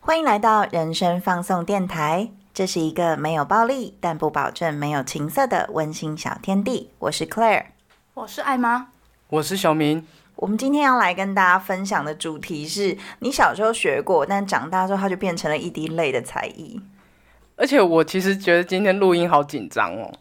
欢迎来到人生放送电台，这是一个没有暴力，但不保证没有情色的温馨小天地。我是 Claire，我是艾妈，我是小明。我们今天要来跟大家分享的主题是你小时候学过，但长大之后它就变成了一滴泪的才艺。而且我其实觉得今天录音好紧张哦，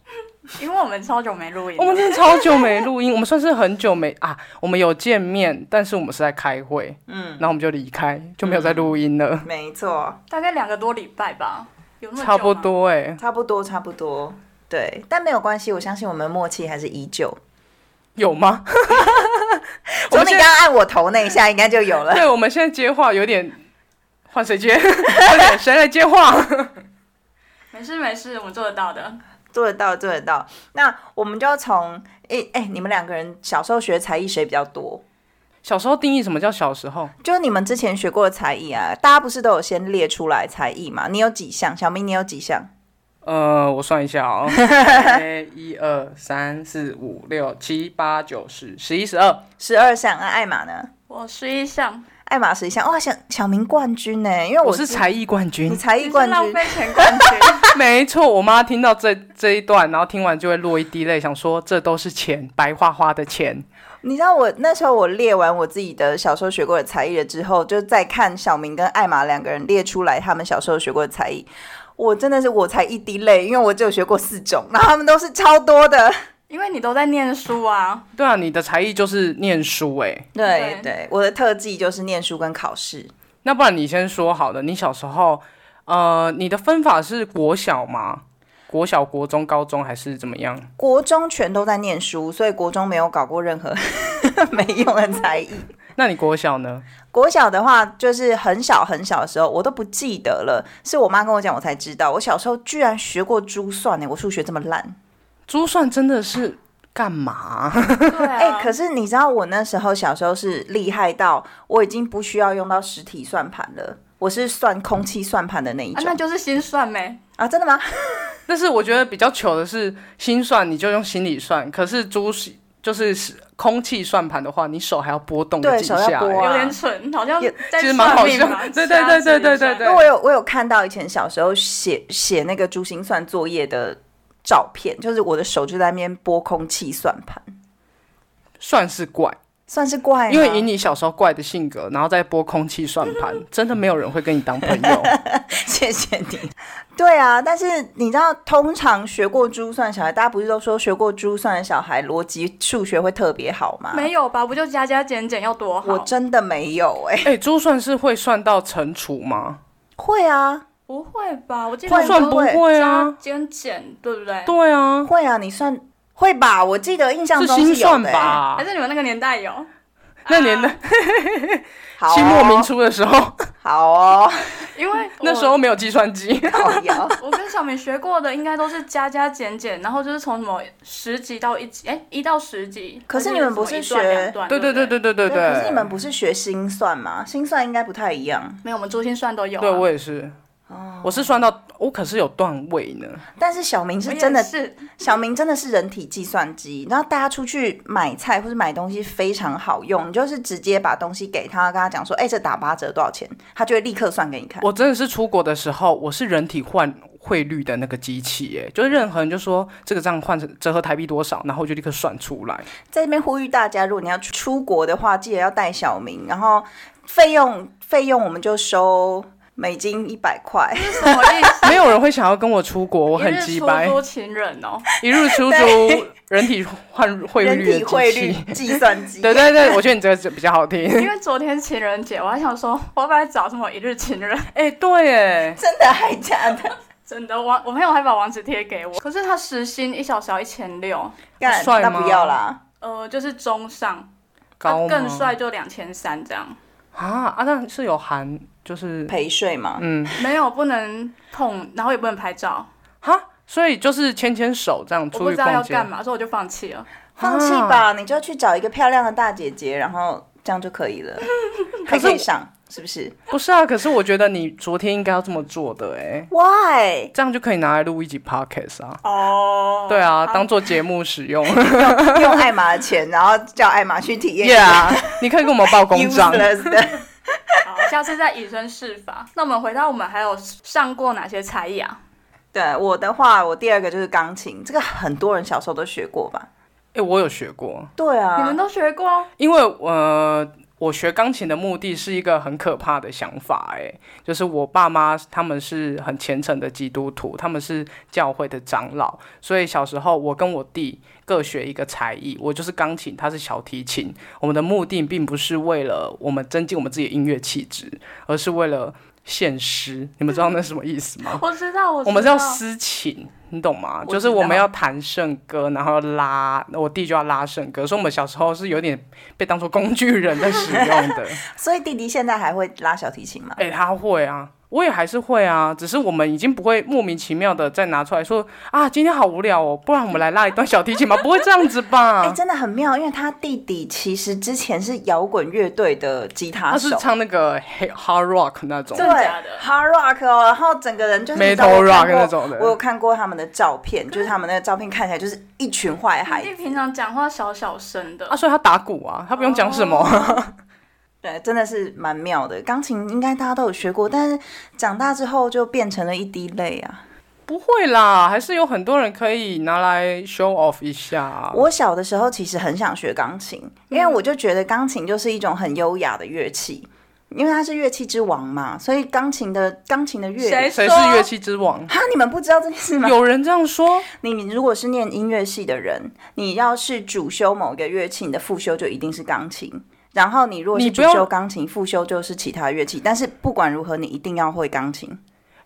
因为我们超久没录音我，们真的超久没录音，我们算是很久没啊，我们有见面，但是我们是在开会，嗯，然后我们就离开，就没嗯有再录音了，没错，大概两个多礼拜吧，有那么久吗差不。多哎、差不多，差不多。对，但没有关系，我相信我们默契还是依旧。有吗？我从们你刚现在刚按我头那一下，应该就有了。对，我们现在接话有点换谁接？ 快点谁来接话？没事没事，我们做得到的。 做得到，做得到。那我们就从诶诶，你们两个人小时候学才艺谁比较多？小时候定义什么叫小时候？就是你们之前学过的才艺啊，大家不是都有先列出来才艺嘛？你有几项？小明，你有几项？呃，我算一 下哦，哎一二三四五六七八九十十一十二，十二项。那艾玛呢？我十一项，艾玛十一项。哇，小小明冠军呢，因为我是是才艺冠你军。才艺冠你是浪军。费钱冠 军。没错，我妈听到这这一段，然后听完就会落一滴泪，想说这都是钱，白花花的钱。你知道我那时候我列完我自己的小时候学过的才艺了之后，就再看小明跟艾玛两个人列出来他们小时候学过的才艺，我真的是我才一滴泪，因为我只有学过四种，然后他们都是超多的。因为你都在念书啊，对啊，你的才艺就是念书哎、对对对，我的特技就是念书跟考试。那不然你先说好了，你小时候，呃，你的分法是国小吗？国小、国中、高中还是怎么样？国中全都在念书，所以国中没有搞过任何 没用的才艺。那你国小呢？国小的话，就是很小很小的时候，我都不记得了，是我妈跟我讲，我才知道，我小时候居然学过珠算欸呢、我数学这么烂，珠算真的是干嘛？ 对哎、啊，可是你知道我那时候小时候是厉害到我已经不需要用到实体算盘了，我是算空气算盘的那一啊种那就是心算没，啊真的吗？但是我觉得比较糗的是，心算你就用心里算，可是珠就是空气算盘的话，你手还要波动个对几手要下、拨欸啊。有点蠢，好像也在其实蛮好笑算命吧对对对对对对对因为我有我有看到以前小时候写写那个珠心算作业的照片，就是我的手就在那边拨空气算盘。算是怪，啊算是怪吗，因 为以你小时候怪的性格，然后再拨空气算盘，真的没有人会跟你当朋友。谢谢你。对啊，但是你知道，通常学过珠算小孩，大家不是都说学过珠算的小孩逻辑数学会特别好吗？没有吧？不就加加减减要多好？我真的没有哎、哎、珠算是会算到乘除吗？会啊，不会吧？我记得会我珠们算不都会加啊，减减，对不对？对啊，会啊，你算会吧？我记得印象是中心有算的欸、吧还？是你们那个年代有？那年代好、哦，清末民初的时候，好哦，因为 那我时候没有计算机，好摇。我跟小明学过的应该都是加加减减，然后就是从什么十级到一级，哎、一到十级。可是或你们不什么是一段学两段对对对对不对对对对可是你们不是学心算吗？心算应该不太一样，没有，我们珠心算都有、啊。对我也是，我是算到我可是有段位呢。但是小明我是也真的是小明真的是人体计算机，然后大家出去买菜或者买东西非常好用，你就是直接把东西给他，跟他讲说，哎、这打八折多少钱，他就会立刻算给你看。我真的是出国的时候，我是人体换汇率的那个机器、耶，就是任何人就说这个账换成折合台币多少，然后我就立刻算出来。在这边呼吁大家，如果你要出出国的话，记得要带小明，然后费用费用我们就收美金一百块，这是什 么意思？没有人会想要跟我出国，我一很日鸡出掰。租情人哦， 一日 出租人体换汇人率体的汇机率器。计算机。 对对对，我觉得你这个比较好听。 因为昨天情人节，我还想说我要不要找什么一日情人， 哎、对耶，真的还假的？真的网我朋友还把网址贴给我，可是他时薪一小时要一千六，干，帅那吗不要啦。呃，就是中上，高吗啊更帅就两千三这样，啊啊！那是有含就是陪睡嘛，嗯没有不能碰，然后也不能拍照，哈，所以就是牵牵手这样我出不去知道要逛干街。嘛，所以我就放弃了。放 弃吧，你就去找一个漂亮的大姐姐，然后这样就可以了，还可以上。是不是不是啊，可是我觉得你昨天应该要这么做的哎、 ？Why？这样就可以拿来录一集 podcast 啊。哦对啊，当做节目使 用。 用艾玛的钱，然后叫艾玛去体验一耶下啊，你可以跟我们报公 账。useless 的。 好，下次再以身试法。那我们回到我们还有上过哪些才艺啊？对我的话，我第二个就是钢琴，这个很多人小时候都学过吧？哎、我有学过，对啊，你们都学过？因为呃，我学钢琴的目的是一个很可怕的想法、哎，就是我爸妈他们是很虔诚的基督徒，他们是教会的长老，所以小时候我跟我弟各学一个才艺，我就是钢琴，他是小提琴。我们的目的并不是为了我们增进我们自己的音乐气质，而是为了献诗。你们知道那是什么意思吗？我知道，我知道我们是要私琴，你懂吗？我就知是道我们要弹圣歌，然后拉我弟就要拉圣歌，所以我们小时候是有点被当做工具人在使用的。所以弟弟现在还会拉小提琴吗？哎、他会啊，我也还是会啊，只是我们已经不会莫名其妙的再拿出来说啊，今天好无聊哦，不然我们来拉一段小提琴吧，不会这样子哎、吧？真的很妙，因为他弟弟其实之前是摇滚乐队的吉他他啊是手，唱那个黑 hard rock 那种对真的假的，hard rock 哦，然后整个人就是你知道我，metal 看 rock 过那种我有的。看过他们的照片，就是他们那个照片看起来就是一群坏孩你弟子，平常讲话小小声 的啊，，所以他打鼓啊，他不用讲什么。对，真的是蛮妙的。钢琴应该大家都有学过，但是长大之后就变成了一滴泪啊。 不会啦，还是有很多人可以拿来 show off 一下啊。我小的时候其实很想学钢琴，因嗯为我就觉得钢琴就是一种很优雅的乐器，因为它是乐器之王嘛，所以钢琴的钢琴的乐谁谁是说乐器之王？哈，你们不知道这件事吗？有人这样说，你你如果是念音乐系的人，你要是主修某个乐器，你的副修就一定是钢琴。然后你如果是你主不要修钢琴，副修就是其他乐器。但是不管如何，你一定要会钢琴。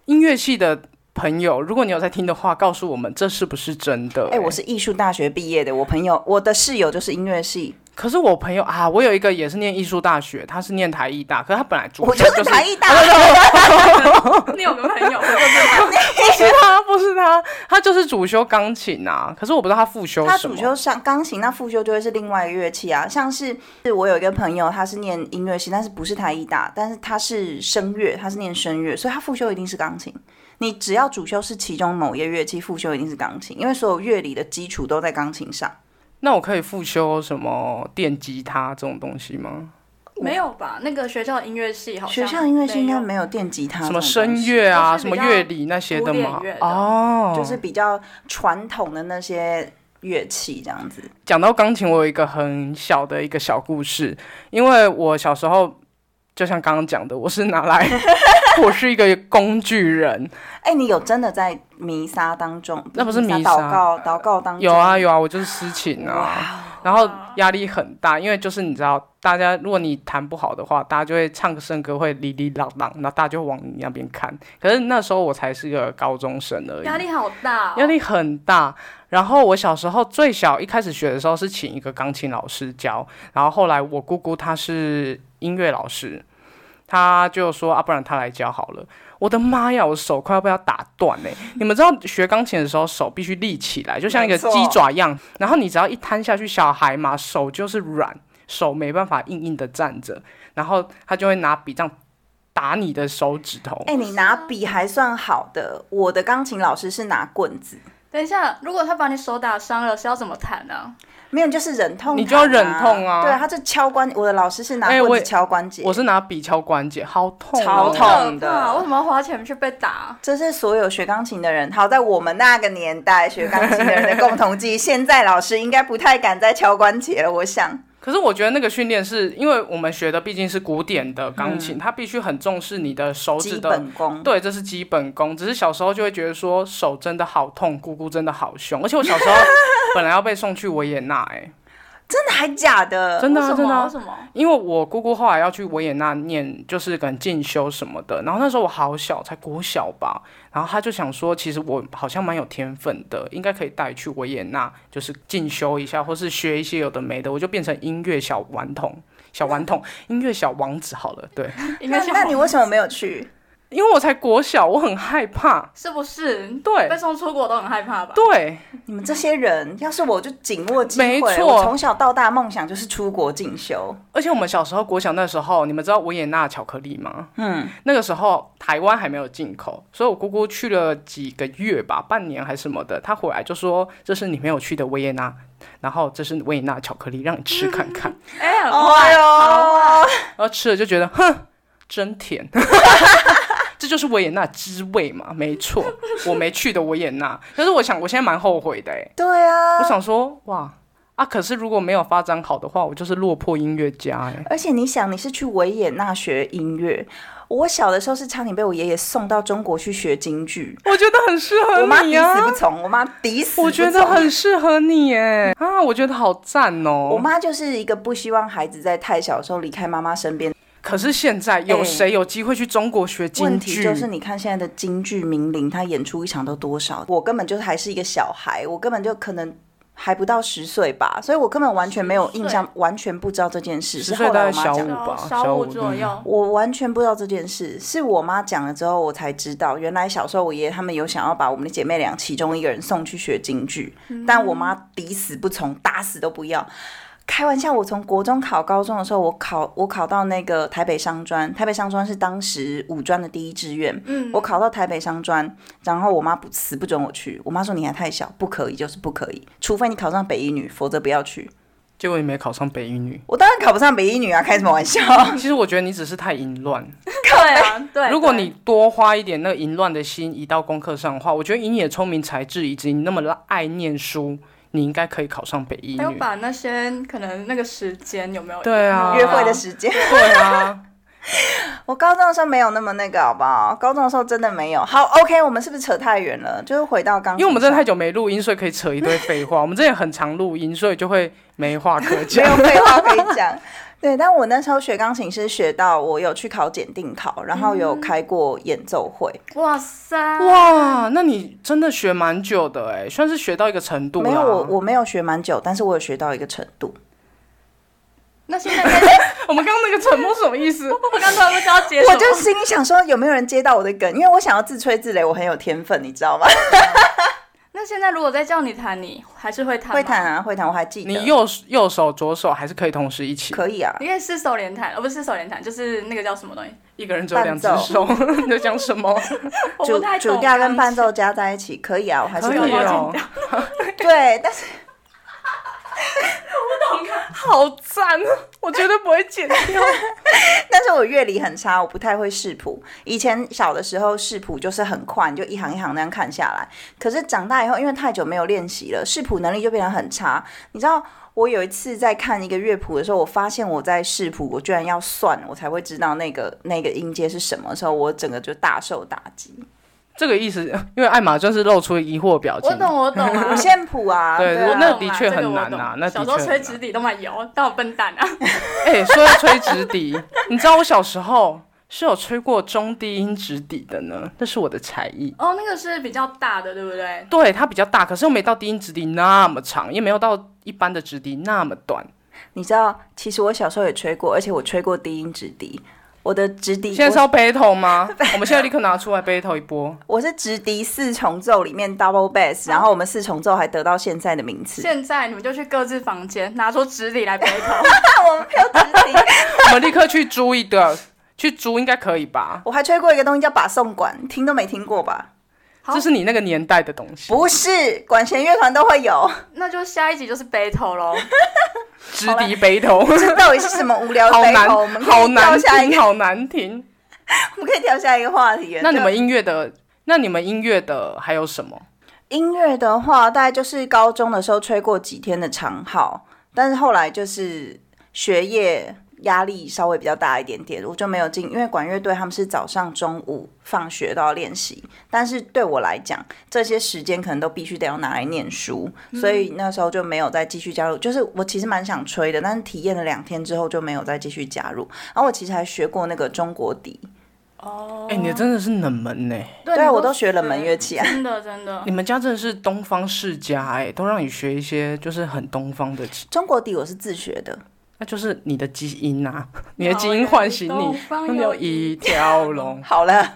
音乐系的朋友，如果你有在听的话，告诉我们这是不是真的、欸哎、我，是艺术大学毕业的，我朋友我的室友就是音乐系，可是我朋友啊，我有一个也是念艺术大学，他是念台艺大，可是他本来主我修就是是台艺大的。你有个朋友，我就是不是 他，不是他，他就是主修钢琴啊。可是我不知道他副修他什主么。修上钢琴，那副修就会是另外一个乐器啊。像是是我有一个朋友，他是念音乐系，但是不是台艺大，但是他是声乐，他是念声乐，所以他副修一定是钢琴。你只要主修是其中某一个乐器，副修一定是钢琴，因为所有乐理的基础都在钢琴上。那我可以复修什么电吉他这种东西吗？没有吧？那个学校音乐系好像学校音乐系应该没没有电吉他，什么声乐啊，都是什比么较乐理那些的古吗典乐？的哦，就是比较传统的那些乐器这样子。讲到钢琴，我有一个很小的一个小故事，因为我小时候就像刚刚讲的，我是拿来， 我是一个工具人。哎、你有真的在弥撒当中？那不是弥撒祷告，祷告当中有啊有啊，我就是私琴啊，然后压力很大，因为就是你知道，大家如果你弹不好的话，大家就会唱个圣歌会哩哩啷啷，然后大家就往你那边看。可是那时候我才是个高中生而已，压力好大、哦，压力很大。然后我小时候最小一开始学的时候是请一个钢琴老师教，然后后来我姑姑她是音乐老师，她就说啊，不然她来教好了。我的妈呀，我手快要被她打断嘞、你们知道学钢琴的时候手必须立起来，就像一个没错鸡爪一样，然后你只要一摊下去，小孩嘛手就是软，手没办法硬硬的站着，然后他就会拿笔这样打你的手指头。哎、你拿笔还算好的，我的钢琴老师是拿棍子，等一下，如果他把你手打伤了，是要怎么弹呢、没有你就是忍痛、你就要忍痛啊对，他就敲关，我的老师是拿哎我棍也子敲关节。我是拿笔敲关节，好痛、哦，超可痛怕的为什么要花钱去被打？这是所有学钢琴的人，好在我们那个年代学钢琴的人的共同记忆。现在老师应该不太敢再敲关节了，我想。可是我觉得那个训练是因为我们学的毕竟是古典的钢琴，它必须很重视你的手指嗯基的。本功，对，这是基本功。只是小时候就会觉得说手真的好痛，姑姑真的好凶。而且我小时候 本来要被送去维也纳、欸，真的还假的？真的啊、为什真的么？啊、为什么？因为我姑姑后来要去维也纳念，就是可能进修什么的。然后那时候我好小，才国小吧。然后她就想说，其实我好像蛮有天分的，应该可以带去维也纳，就是进修一下，或是学一些有的没的。我就变成音乐小顽童，小顽童，音乐小王子好了。对，应那该是那你为什么没有去？因为我才国小，我很 害怕。是不是？对被送出国都很害怕吧？对，你们这些人，要是我就紧握机会，没错我从小到大梦想就是出国进修。而且我们小时候国小那时候，你们知道维也纳巧克力吗？嗯，那个时候台湾还没有进口，所以我姑姑去了几个月吧，半年还什么的，她回来就说：“这是你没有去的维也纳，然后这是维也纳巧克力，让你吃看看。哎、哎很坏呦，然后吃了就觉得，哼，真甜。 这就是维也纳滋味嘛，没错，我没去的维也纳，但是我想我现在蛮后悔的哎、对啊我，想说哇啊，可是如果没有发展好的话，我就是落魄音乐家哎、而且你想，你是去维也纳学音乐。我小的时候是差点被我爷爷送到中国去学京剧，我觉得很适我妈合你抵死啊不，从，我妈抵死不从。我觉得很适合你哎、啊，我觉得好赞哦、我妈就是一个不希望孩子在太小的时候离开妈妈身边。可是现在有哎谁有机会去中国学京问剧？题就是，你看现在的京剧名伶，他演出一场都多少？我根本就还是一个小孩，我根本就可能还不到十岁吧，所以我根本完全没有印象，完全不知道这件事。十是岁后大来我概妈小讲五的，吧，小五五左嗯右。我完全不知道这件事，是我妈讲了之后我才知道，原来小时候我爷爷他们有想要把我们的姐妹俩其中一个人送去学京剧，嗯但我妈抵死不从，打死都不要。开玩笑，我从国中考高中的时候，我考我考到那个台北商专，台北商专是当时五专的第一志愿，嗯，我考到台北商专，然后我妈不死不准我去，我妈说你还太小，不可以，就是不可以，除非你考上北一女，否则不要去。结果你没考上北一女。我当然考不上北一女啊，开什么玩 笑？其实我觉得你只是太淫乱。 对啊，对。如果对你多花一点那个淫乱的心移到功课上的话，我觉得以你的聪明才智以及你那么爱念书，你应该可以考上北一哎还有女。把那些可能那个时间有没有对啊约会的时间。对 啊，我高中的时候没有那么那个，好不好？高中的时候真的没有。好，OK，我们是不是扯太远了？就是回到刚，因为我们真的太久没录音，所以可以扯一堆废话。我们之前很常录音，所以就会没话可 没有讲。废话可以讲。 对，但我那时候学钢琴是学到我有去考检定考，然后嗯有开过演奏会，哇塞，哇，那你真的学蛮久的哎、算是学到一个程度啦。没有我我没有学蛮久，但是我有学到一个程度。那现在在 我们刚刚那个沉默是什么意思？ 我刚突然不知道接什么，我就心里想说，有没有人接到我的梗？因为我想要自吹自擂，我很有天分，你知道吗？那现在如果再叫你弹，你还是会弹吗会弹，啊，会弹，我还记得。你右右手左手还是可以同时一起，可以啊？你可以四手联弹，呃，不是四手联弹，就是那个叫什么东西？一个人只有两只伴手。 你在讲 什么？我不主太懂啊哎主调跟伴钢琴奏加在一起，可以啊，我还是可以有以没有啊。剪哦掉对，但是好赞！啊我绝对不会 剪掉。但是我乐理很差，我不太会视谱。以前小的时候视谱就是很快，你就一行一行那样看下来。可是长大以后，因为太久没有练习了，视谱能力就变得很差。你知道，我有一次在看一个乐谱的时候，我发现我在视谱，我居然要算，我才会知道那个那个音阶是什么的时候，我整个就大受打 击。这个意思，因为艾玛就是露出疑惑表情我。懂，我懂啊 五。线谱啊，对啊我那懂啊的确这个很我难啊懂那的小时候确很吹难纸笛都蛮油，当我笨蛋 啊！哎、说到吹直笛， 你知道我小时候是有吹过中低音直笛的呢，那是我的才艺。哦，那个是比较大的，对不对？对，它比较大，可是又没到低音直笛那么长，也没有到一般的直笛那么短。你知道，其实我小时候也吹过，而且我吹过低音直笛。我的直啊笛，现在是要 battle 吗？我们现在立刻拿出来 battle 一波。我是直笛四重奏里面 double 嗯 bass，然后我们四重奏还得到现在的名次。现在你们就去各自房间，拿出纸笔来背头。我们立刻去租一个，去租应该可以吧？ 我还吹过一个东西叫把送管，听都没听过吧？好这是你那个年代的东西，不是，管弦乐团都会有， 那就下一集就是背头喽。直笛 battle，这到底是什么无聊的 好背难后？我们，可好以跳难下一听，个，好难听。我们可以跳下一个话题了。那你就们音乐的，那你们音乐的还有什么？音乐的话，大概就是高中的时候吹过几天的长号，但是后来就是学业压力稍微比较大一点点，我就没有进，因为管乐队他们是早上、中午、放学都要练习，但是对我来讲，这些时间可能都必须得要拿来念书，所以那时候就没有再继续加入。就是我其实蛮想吹的，但是体验了两天之后就没有再继续加入。然后我其实还学过那个中国笛，哦哎、你真的是冷门呢、 对对啊，你我都学冷门乐器，器啊。真的真的你。们家真的是东方世家哎、都让你学一些就是很东方的。中国笛我是自学的，那就是你的基因 啊，你的老基因人唤醒东你，方那有有一一条龙。好了，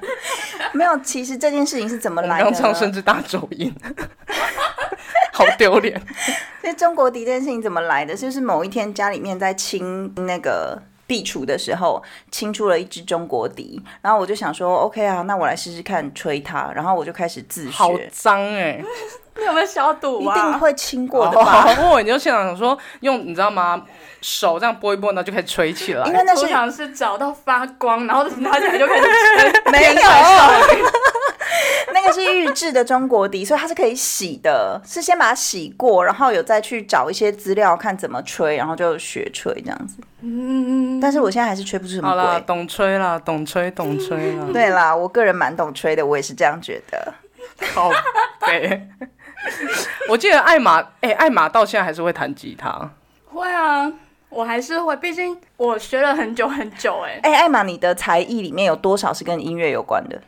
没有。其实这件事情是怎么 我们来刚的唱呢？甚至大走音， 好 丢脸。所以中国笛这件事情怎么来的？就是某一天家里面在清那个壁橱的时候，清出了一支中国笛，然后我就想说，OK 啊，那我来试试看吹它，然后我就开始自好学，脏哎、你有没有消毒一定啊？会清过的吧？欸！我你就现场想说，用你知道吗？手这样拨一拨，然后就可以吹起来因。为那通是常是找到发光，然后拿起来就开始 吹。 没有天上烧 那个是预制的中国笛，所以它是可以洗的，是先把它洗过，然后有再去找一些资料看怎么吹，然后就学吹这样子。嗯，但是我现在还是吹不出什么好啦，鬼。懂吹啦，懂吹，懂吹啦。对啦，我个人蛮懂吹的，我也是这样觉得。好悲。 我记得艾玛，哎、艾玛到现在还是会弹吉他。会啊，我还是会，毕竟我学了很久很久哎、哎、艾玛，你的才艺里面有多少是跟音乐有关的？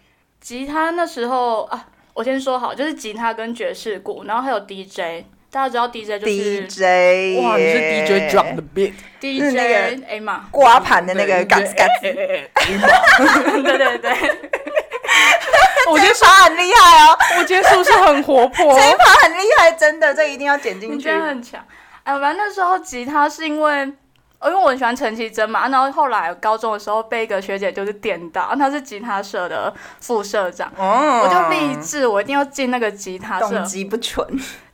吉他那时候啊，我先说好，就是吉他跟爵士鼓，然后还有 DJ。大家知道 DJ 就是 DJ 耶哇，你是 DJ drop the beat，是那个 DJ 哎嘛，刮盘的那个对嘎吱嘎吱，对对对 对对对，哎我觉得耍很厉害哦，我今天是不是很活泼哦这？一把很厉害，真的，这一定要剪进你去真。的很强。哎，反正那时候吉他是因为，哦因为我很喜欢陈绮贞嘛，然后后来高中的时候被一个学姐就是电到，她是吉他社的副社长，哦我就立志我一定要进那个吉他社动，机不纯，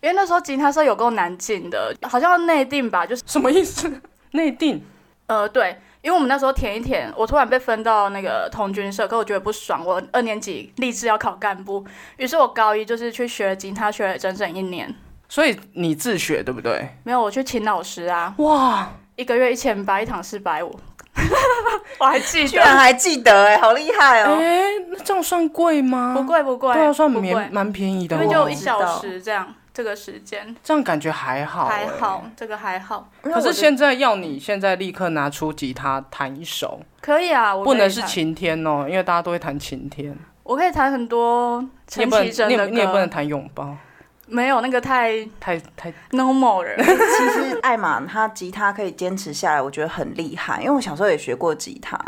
因为那时候吉他社有够难进的，好像内定吧，就是什么意思？内定呃对。因为我们那时候填一填，我突然被分到那个童军社，可我觉得不爽。我二年级立志要考干部，于是我高一就是去学吉他，学了整整一年。所以你自学对不对？没有，我去请老师啊。哇，一个月一千八，一堂四百 五，我还记居然得，还记得哎、好厉害哎、哦！那这样算贵吗？ 不贵不贵，对啊，算不蛮贵，蛮便宜的因哦。为就一知小道时这样，这个时间这样感觉还好、欸还。好，这个还好，因为可我是的现在要你现在立刻拿出吉他弹一首，可以啊，我不可以能是弹，晴天哦，因为大家都会弹晴天。我可以弹很多你也陈不能，绮贞你也的你也不能歌，弹拥抱，没有那个太太太 normal 了，其实艾玛她吉他可以坚持下来，我觉得很厉害，因为我小时候也学过吉他，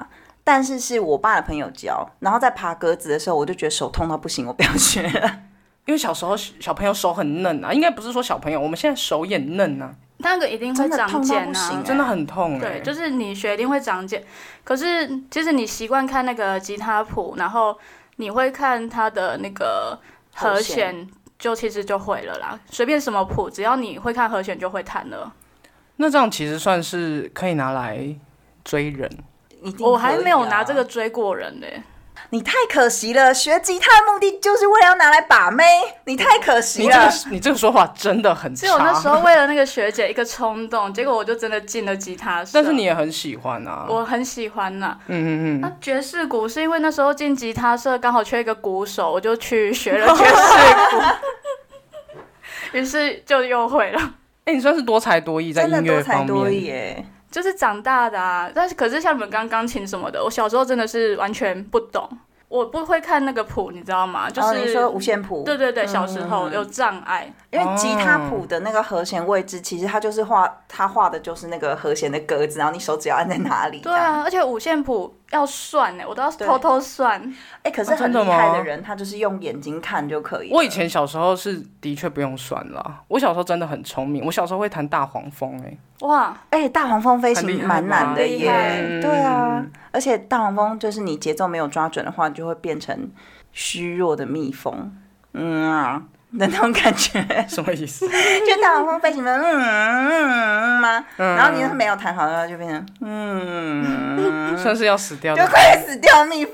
但是是我爸的朋友教，然后在爬格子的时候，我就觉得手痛到不行，我不要学了。 因为小时候小朋友手很嫩啊，应该不是说小朋友，我们现在手也嫩啊，那个一定会真的长痛到茧不啊行。真的很痛哎、对，就是你学一定会长茧，可是其实你习惯看那个吉他谱，然后你会看它的那个和和弦弦，就其实就会了啦。随便什么谱，只要你会看和弦就会弹了。那这样其实算是可以拿来追人。一定我还可以没有啊拿这个，追过人呢、你太可惜了。学吉他的目的就是为了要拿来把妹，你太可你惜这了。个你这个说法真的很啊只有那时差，候为了那个学姐一个冲动，结果我就真的进了吉他社。但是你也很喜欢啊。我很喜欢呐、嗯嗯那、嗯，爵士鼓是因为那时候进吉他社刚好缺一个鼓手，我就去学了爵士 鼓，于是就又会了。哎、你算是多才多艺在真的音乐多才方多面。艺哎，就是长大的啊。但是可是像你们刚钢琴什么的，我小时候真的是完全不懂，我不会看那个谱，你知道吗？就哦是、你说五嗯线谱，对对对，小时候有障碍，因为吉他谱的那个和弦位置，其实它就是画，它画的就是那个和弦的格子，然后你手指要按在哪里。对啊，而且五线谱要算欸呢、我都要对偷偷算。哎、可是啊真很厉的吗害的人，他就是用眼睛看就可以了。我以前小时候是的确不用算啦，我小时候真的很聪明，我小时候会弹大黄蜂哎、哇，哎、大黄蜂飞很厉害行吧蛮难的厉害耶，对啊，而且大黄蜂就是你节奏没有抓准的话，你就会变成虚弱的蜜蜂，嗯啊的那种感觉， 什么 意思？就大黄蜂飞行的嗯嗯嗯吗？然后你没有弹好的话，就变成嗯，算是要死掉就的。快死掉蜜蜂。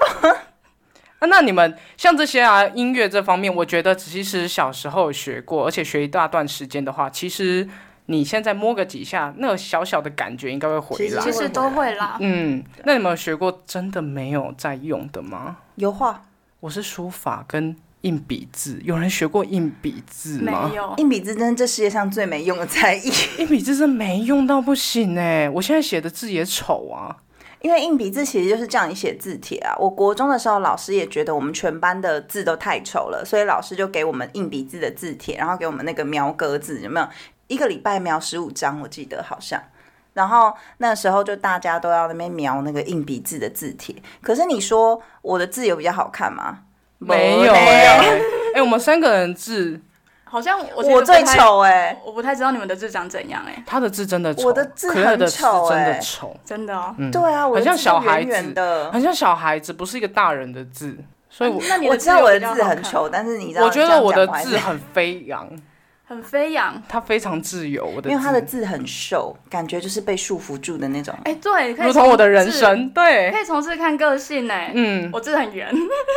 啊，那你们像这些啊，音乐这方面，我觉得其实小时候有学过，而且学一大段时间的话，其实你现在摸个几下，那个小小的感觉应该会回来啦其。实都会啦。嗯，那你们有学过真的没有在用的吗？油画我是书法跟硬笔字，有人学过硬笔字没吗？有，硬笔字真是这世界上最没用的才艺，硬笔字真没用到不行哎、我现在写的字也丑啊。因为硬笔字其实就是叫你写字帖啊。我国中的时候，老师也觉得我们全班的字都太丑了，所以老师就给我们硬笔字的字帖，然后给我们那个描格子，有没有？一个礼拜描十五张，我记得好像。然后那时候就大家都要那边描那个硬笔字的字帖。可是你说我的字有比较好看吗？没有哎、嘞 哎、我们三个人字，好像我其实我最不太，丑哎、我不太知道你们的字长怎样哎、他的字真的丑，我的字可乐的很丑字真的哎丑，真的哦。嗯对啊，我的很像字小都孩圆圆子的。很像小孩子，不是一个大人的字，所以我哎那你我的知道我的字有比字较好很看丑，，但 是你知道我觉得我的你这样讲还字是，很飞扬，很飞扬。它非常自由。我的因为他的字，字很瘦，感觉就是被束缚住的那种。哎、对，可以如同我的人从生，字，对，可以从字看个性哎、嗯，我字很圆，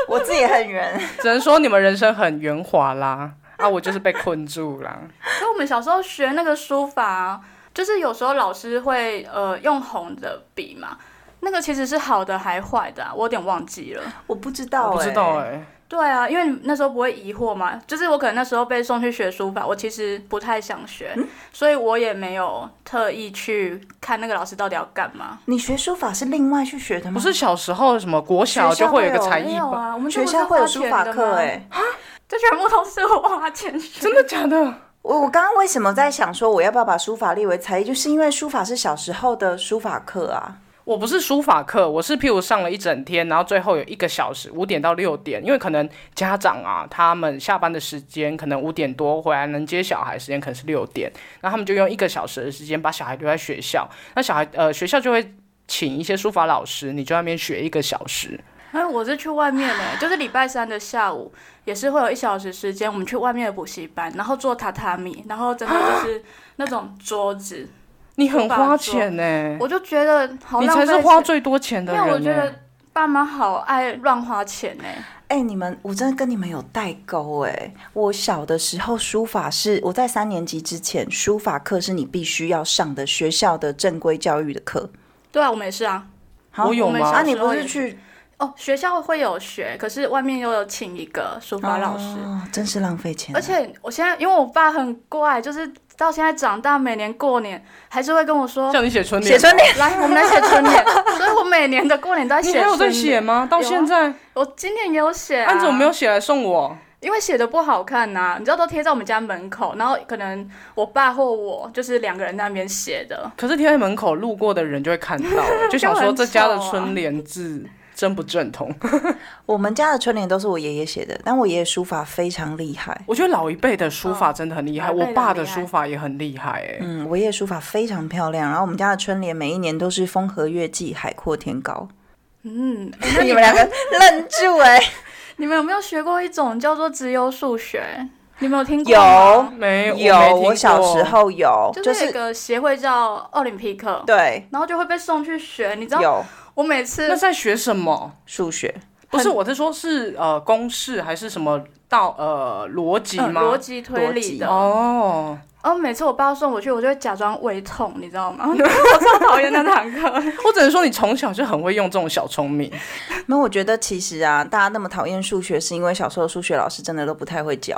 我字也很圆，只能说你们人生很圆滑啦。啊，我就是被困住啦。所以我们小时候学那个书法、啊，就是有时候老师会呃用红的笔嘛，那个其实是好的还坏的、啊，我有点忘记了。我不知道、欸，我不知道哎、对啊，因为那时候不会疑惑嘛，就是我可能那时候被送去学书法，我其实不太想学，嗯所以我也没有特意去看那个老师到底要干嘛。你学书法是另外去学的吗？哎不是小时候什么国小就会有一个才没艺有班，啊，我们学校会有书法课哎、哎、这全部都是我花钱学。真的假的？我我刚刚为什么在想说我要不要把书法列为才艺，就是因为书法是小时候的书法课啊。我不是书法课，我是譬如上了一整天，然后最后有一个小时，五点到六点，因为可能家长啊，他们下班的时间可能五点多回来，能接小孩时间可能是六点，然后他们就用一个小时的时间把小孩留在学校，那小孩呃学校就会请一些书法老师，你就在那边学一个小时，哎，我是去外面的，就是礼拜三的下午，也是会有一小时时间，我们去外面的补习班，然后做榻榻米，然后真的 就是那种桌子，你很花钱呢、我就觉得好你浪才费是钱，花最多钱因的人、欸为呢。我觉得爸妈好爱乱花钱欸呢。哎、你们，我真的跟你们有代沟哎、我小的时候书法是我在三年级之前，书法课是你必须要上的学校的正规教育的课。对啊，我们也是啊。好我有我们吗啊，小你时不候是也去哦，学校会有学，可是外面又有请一个书法老师，哦，真是浪费钱啊、而且我现在因为我爸很怪，就是到现在长大，每年过年还是会跟我说，叫你写春写联，春联，来，我们来写春联。所以我每年的过年都在写。你还有在写？吗？到有啊现在，我今年也有写、啊。安总没有？写来送我。因为写的不好看呐、你知道都贴在我们家门口，然后可能我爸或我就是两个人在那边写的。可是贴在门口路过的人就会看到， 就想说这家的就很丑啊春联字真不正统。我们家的春联都是我爷爷写的，但我爷爷书法非常厉害。我觉得老一辈的书法真的很厉害，老一辈我的爸很的厉害书法也很厉害、欸。嗯，我爷爷书法非常漂亮。然后我们家的春联每一年都是风和月霁，海阔天高。嗯，你们两个愣住哎、你们有没有学过一种叫做直邮数学？你们有听过有吗？没我没有，听我小过时候有，就就是有一是个协会叫奥林匹克，对，然后就会被送去学。你知道有我每次那在学什么？数学，不是，我是说是呃公式还是什么道呃逻辑嗯吗？逻辑推理的，哦，然后每次我爸送我去，我就会假装胃痛，你知道 吗？我超讨厌那堂课。我只能说你从小就很会用这种小聪明。那我觉得其实啊，大家那么讨厌数学，是因为小时候数学老师真的都不太会教。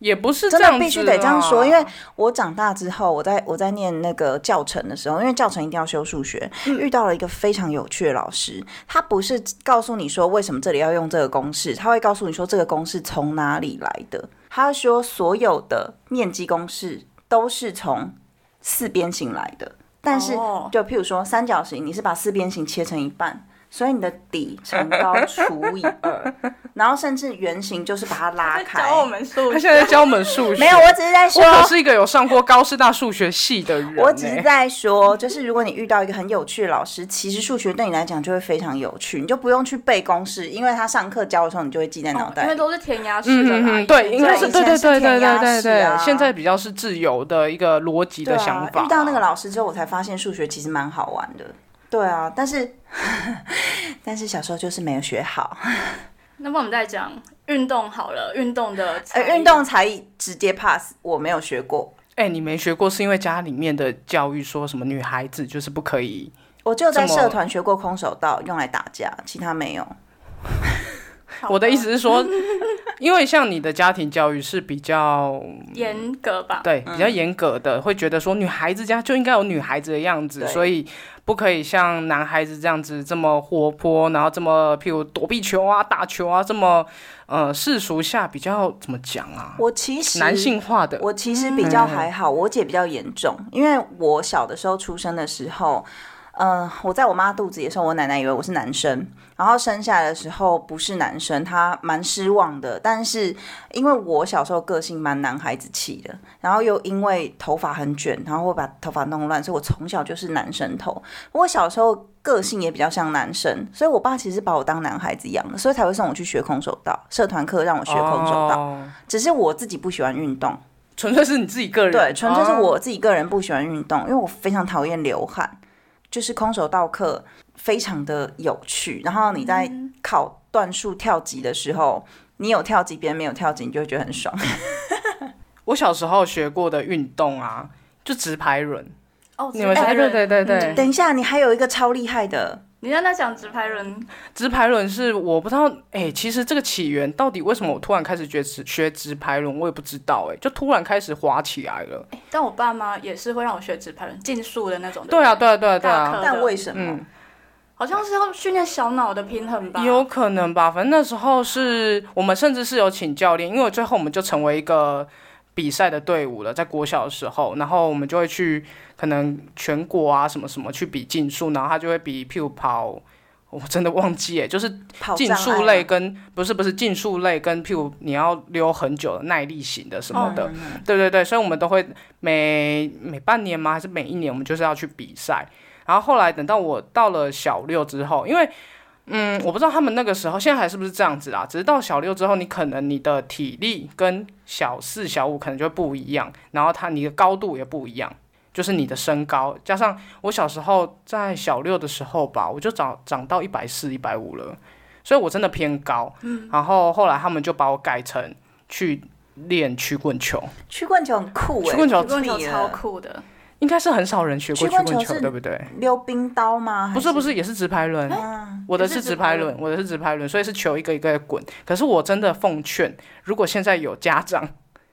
也不是这真样的子哦必须得这样说，啦因为我长大之后，我在我在念那个教程的时候，因为教程一定要修数学，嗯遇到了一个非常有趣的老师，他不是告诉你说为什么这里要用这个公式，他会告诉你说这个公式从哪里来的。他说所有的面积公式都是从四边形来的，但是哦就譬如说三角形，你是把四边形切成一半。所以你的底乘高除以二， 然后甚至圆形就是把它拉开。 们数他现在在教我们数学，没有，我只是在说我，可是一个有上过高师大数学系的人、欸。我只是在说，就是如果你遇到一个很有趣的老师，其实数学对你来讲就会非常有趣，你就不用去背公式，因为他上课教的时候你就会记在脑因哦袋为里。都是填鸭式的啦。嗯嗯，对，应该是以对前对是对对填对鸭对式对啊，现在比较是自由的一个逻辑对的啊想法。遇到那个老师之后，我才发现数学其实蛮好玩的。对啊，但是 但是小时候就是没有学好，那么我们再讲运动好了，运动的才呃，艺运动才艺直接 pass，我没有学过。哎、你没学过是因为家里面的教育说什么女孩子就是不可以，我就在这么社团学过空手道，用来打架，其他没有。好吧我的意思是说，因为像你的家庭教育是比较严格吧？对比较严格的，会觉得说女孩子家就应该有女孩子的样子，对所以不可以像男孩子这样子这么活泼，然后这么譬如躲避球啊、打球啊，这么呃世俗下比较怎么讲啊？我其实男性化的，我其实比较还好，我姐比较严重，因为我小的时候出生的时候，嗯、我在我妈肚子里的时候，我奶奶以为我是男生，然后生下来的时候不是男生，她蛮失望的。但是因为我小时候个性蛮男孩子气的，然后又因为头发很卷，然后会把头发弄乱，所以我从小就是男生头。我小时候个性也比较像男生，所以我爸其实把我当男孩子养的，所以才会送我去学空手道，社团课让我学空手道。哦只是我自己不喜欢运动。纯粹是你自己个人，对，纯粹是哦我自己个人不喜欢运动，因为我非常讨厌流汗，就是空手道课非常的有趣。然后你在嗯考段数跳级的时候，你有跳级，别人没有跳级，你就会觉得很 爽。我小时候学过的运动啊，就直排轮。哦，你们直哎排对轮对对对，等一下，你还有一个超厉害的，你让他讲直排轮，直排轮是我不知道，哎、其实这个起源到底为什么我突然开始学直学直排轮，我也不知道、哎，就突然开始滑起来了。诶哎但我爸妈也是会让我学直排轮，竞速的那种。对不啊，，对啊，对啊，对大啊课，但为什么？好像是要训练小脑的平衡吧？有可能吧。反正那时候是我们甚至是有请教练，因为最后我们就成为一个比赛的队伍了，在国小的时候，然后我们就会去可能全国啊什么什么去比竞速，然后他就会比譬如跑。我真的忘记哎，就是跑竞障碍速吗类跟不是不是竞速类跟譬如你要溜很久的耐力型的哦什么哦的，对对对，所以我们都会每每半年吗？还是每一年我们就是要去比赛。然后后来等到我到了小六之后，因为嗯，我不知道他们那个时候现在还是不是这样子啦，只是到小六之后，你可能你的体力跟小四、小五可能就不一样，然后他你的高度也不一样。就是你的身高，加上我小时候在小六的时候吧，我就长长到一百四、一百五了，所以我真的偏高。嗯，然后后来他们就把我改成去练曲棍球，曲棍球很酷哎、曲棍球曲棍球屁了超酷的，应该是很少人学曲过曲棍棍球球，是对不对？溜冰刀吗？还不是不，是，也是直排轮。我的也是是直直排排轮，我的是直排轮，所以是球一个一个滚。可是我真的奉劝，如果现在有家长，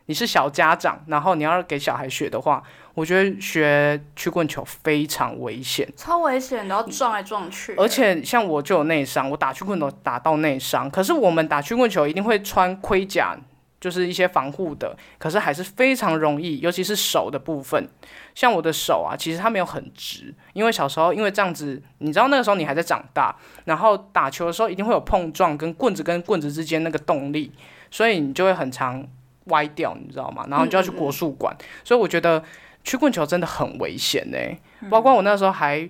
你是小家长，然后你要给小孩学的话，我觉得学曲棍球非常危险。超危险的，然后撞来撞去。而且像我就有内伤，我打曲棍球打到内伤，可是我们打曲棍球一定会穿盔甲，就是一些防护的，可是还是非常容易，尤其是手的部分。像我的手啊，其实它没有很直，因为小时候因为这样子，你知道那个时候你还在长大，然后打球的时候一定会有碰撞，跟棍子跟棍子之间那个动力，所以你就会很常歪掉，你知道吗？然后你就要去国术馆，所以我觉得曲棍球真的很危险呢、嗯包括我那时候还。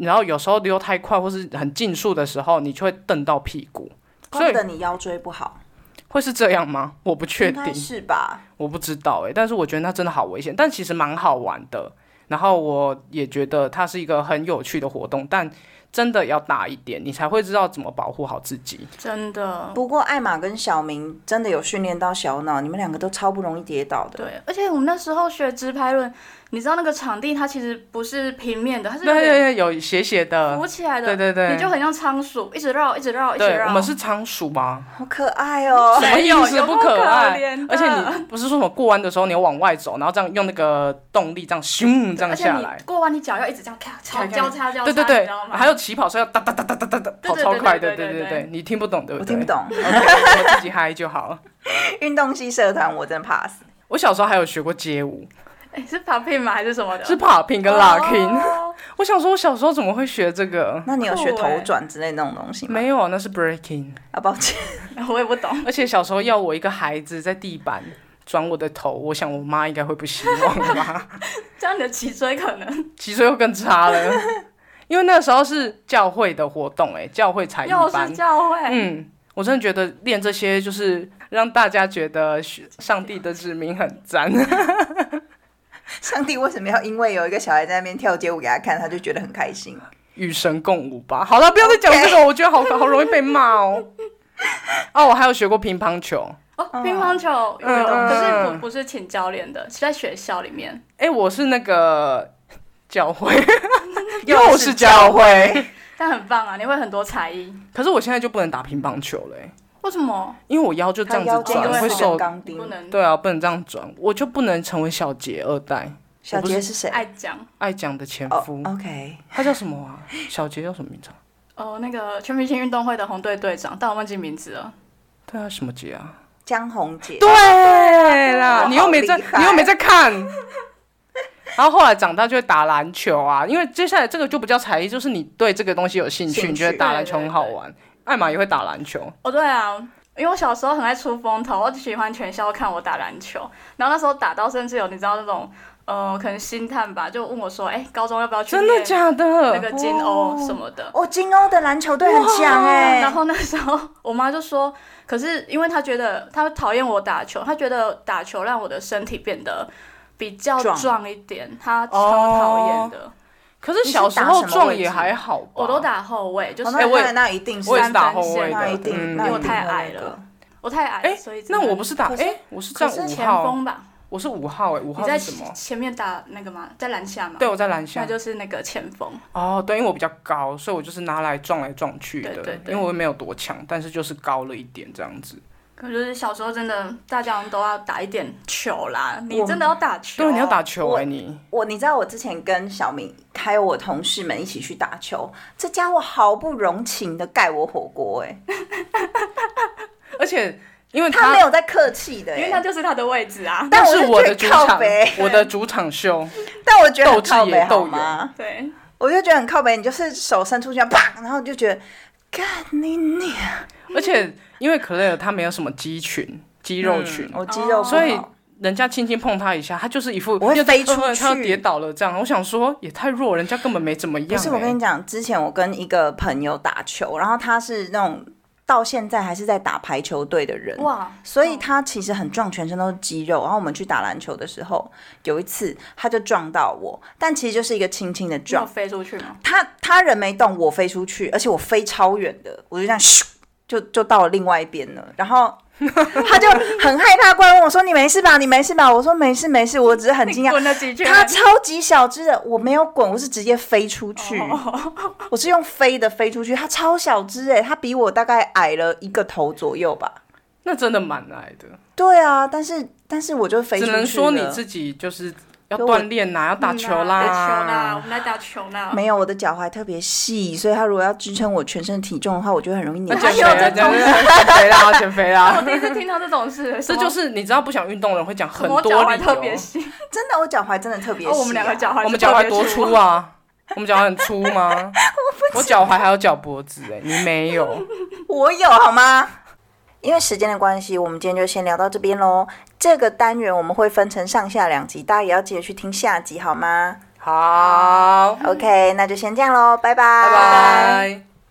然后有时候溜太快或是很竞速的时候，你就会蹬到屁股，所怪以不得你腰椎不好，会是这样吗？我不确应定该，是吧？我不知道哎、但是我觉得那真的好危险，但其实蛮好玩的。然后我也觉得它是一个很有趣的活动，但真的要大一点，你才会知道怎么保护好自己。真哦的，不过艾玛跟小明真的有训练到小脑，你们两个都超不容易跌倒的。对，而且我们那时候学直排轮，你知道那个场地它其实不是平面的，它是对有对点对，有斜斜的浮，起来的，对对对你就很像仓鼠，一直绕，一直绕，一直对绕。我们是仓鼠吗？好可爱哦！什么意没有思？哎有不够可爱怜的，而且你不是说什么过弯的时候你要往外走，然后这样用那个动力这样咻这样而且下来你，过弯，你脚要一直这样咔咔交交叉交叉，对对你对知道，吗？还有起跑车要哒哒哒哒哒哒哒对跑对超对快对的，对对对对对，你听不懂对不我对？听不懂， OK，我自己嗨就好了。 运动系社团我真的怕死。我小时候还有学过街舞，哎是 popping 吗？还是什么的？是 popping 跟 locking。哦我想说，我小时候怎么会学这个？那你有学酷欸头转之类那种东西吗？没有，那是 breaking。啊，抱歉， 我也不懂。而且小时候要我一个孩子在地板转我的头，我想我妈应该会不希望吧。这样你的脊椎可能其实又更差了，因为那时候是教会的活动、哎，教会才艺又班是。教会，嗯，我真的觉得练这些就是让大家觉得上帝的指名很赞。 上帝为什么要因为有一个小孩在那边跳街舞给他看，他就觉得很开心？与神共舞吧。好了，不要再讲这个我觉得好好容易被骂哦。哦，我还有学过乒乓球。哦，乒乓球运嗯动，嗯可是嗯不不是请教练的，是在学校里面。哎、我是那个教会，又是是教教会。 但很棒啊，你会很多才艺。可是我现在就不能打乒乓球嘞、欸为为什么？因为我腰就这样他腰子间因转，为会是受个。钢不钉。能对啊，不能这样转，我就不能成为小杰二代，小杰是谁？爱讲爱讲的前哦夫， ，OK，他叫什么啊？小杰叫什么名字、啊？哦，那个全明星运动会的红队队长，但我忘记名字了。对啊，什么杰啊？江宏杰。对啦，哇你又没在好厉，害你又没在看。然后后来长大就会打篮球啊，因为接下来这个就不叫才艺，就是你对这个东西有兴趣，兴趣你觉得打篮球很好玩。艾玛也会打篮球，哦，对啊，因为我小时候很爱出风头，我喜欢全校看我打篮球，然后那时候打到甚至有你知道那种呃，可能星探吧，就问我说，哎、高中要不要去真的练假的？那个金欧什么的？哦哦，金欧的篮球队很强欸哎、然后那时候我妈就说，可是因为她觉得她讨厌我打球，她觉得打球让我的身体变得比较壮壮一点，她超讨厌的。哦可是小时候撞也还好吧，我都打后卫，就是、哦哎那我也那那一定是我也是打三后分线卫那的，一定，嗯那一定因为我太矮那个了。我太矮了，哎所以只那能我不是打，可是哎，我是站可是五前号，锋吧？我是五号，哎，五你号在是什么？前面打那个吗？在篮下吗？对，，我在篮下那。就是那个前锋。哦，对，因为我比较高，所以我就是拿来撞来撞去的，对对对因为我也没有多强，但是就是高了一点这样子。可是小时候真的，大家都要打一点球啦。你真的要打球？对，你要打球我哎、你我你知道我之前跟小明还有我同事们一起去打球，这家伙毫不容情的盖我火锅哎、而且因为他没有在客气的、因为欸，那就是他的位置啊。但但我是是我最的主靠场北，我的主场秀，但我觉得很靠斗智北也好斗吗？对，我就觉得很靠北，你就是手伸出去，啪，然后就觉得干你你而且因为 Claire 她没有什么肌群、肌肉群，嗯我肌肉不好嗯哦所以人家轻轻碰她一下，她就是一副我会又飞出呃她去要跌倒了这样。我想说也太弱，人家根本没怎么样、欸。不是我跟你讲，之前我跟一个朋友打球，然后他是那种到现在还是在打排球队的人，哇！所以他其实很壮，全身都是肌肉。然后我们去打篮球的时候，有一次他就撞到我，但其实就是一个轻轻的你有撞。飞出去吗？他他人没动，我飞出去，而且我飞超远的，我就这样咻，就就到了另外一边了。然 后他就很害怕，过来问我说：“你没事吧？你没事吧？”我说：“没事没事，我只是很惊你讶。滚了几”圈？啊他超级小只的，我没有滚，我是直接飞出去，哦我是用飞的飞出去。他超小只哎、他比我大概矮了一个头左右吧。那真的蛮矮的，对啊，但是但是我就飞出只去能说你了自己就是要可我锻炼呐，要打球嗯啊啦，打球啦，我们来打球啊啦。没有我的脚踝特别细，所以他如果要支撑我全身体重的话，我就很容易 那扭哎减肥曲。还有啦，这种减肥啦，减肥啦，减肥 啦我。第一次听到这种事，这就是你知道不想运动的人会讲什很么多理脚踝由。啊特别细，真的，我脚踝真的特别细、啊哦，我们两个，脚踝，我们脚踝多粗！啊？我们脚踝很粗吗？我脚踝还有脚脖子哎、你没有？我有好吗？因为时间的关系，我们今天就先聊到这边喽。这个单元我们会分成上下两集，大家也要记得去听下集好吗好，嗯？OK，那就先这样喽，拜拜，拜拜。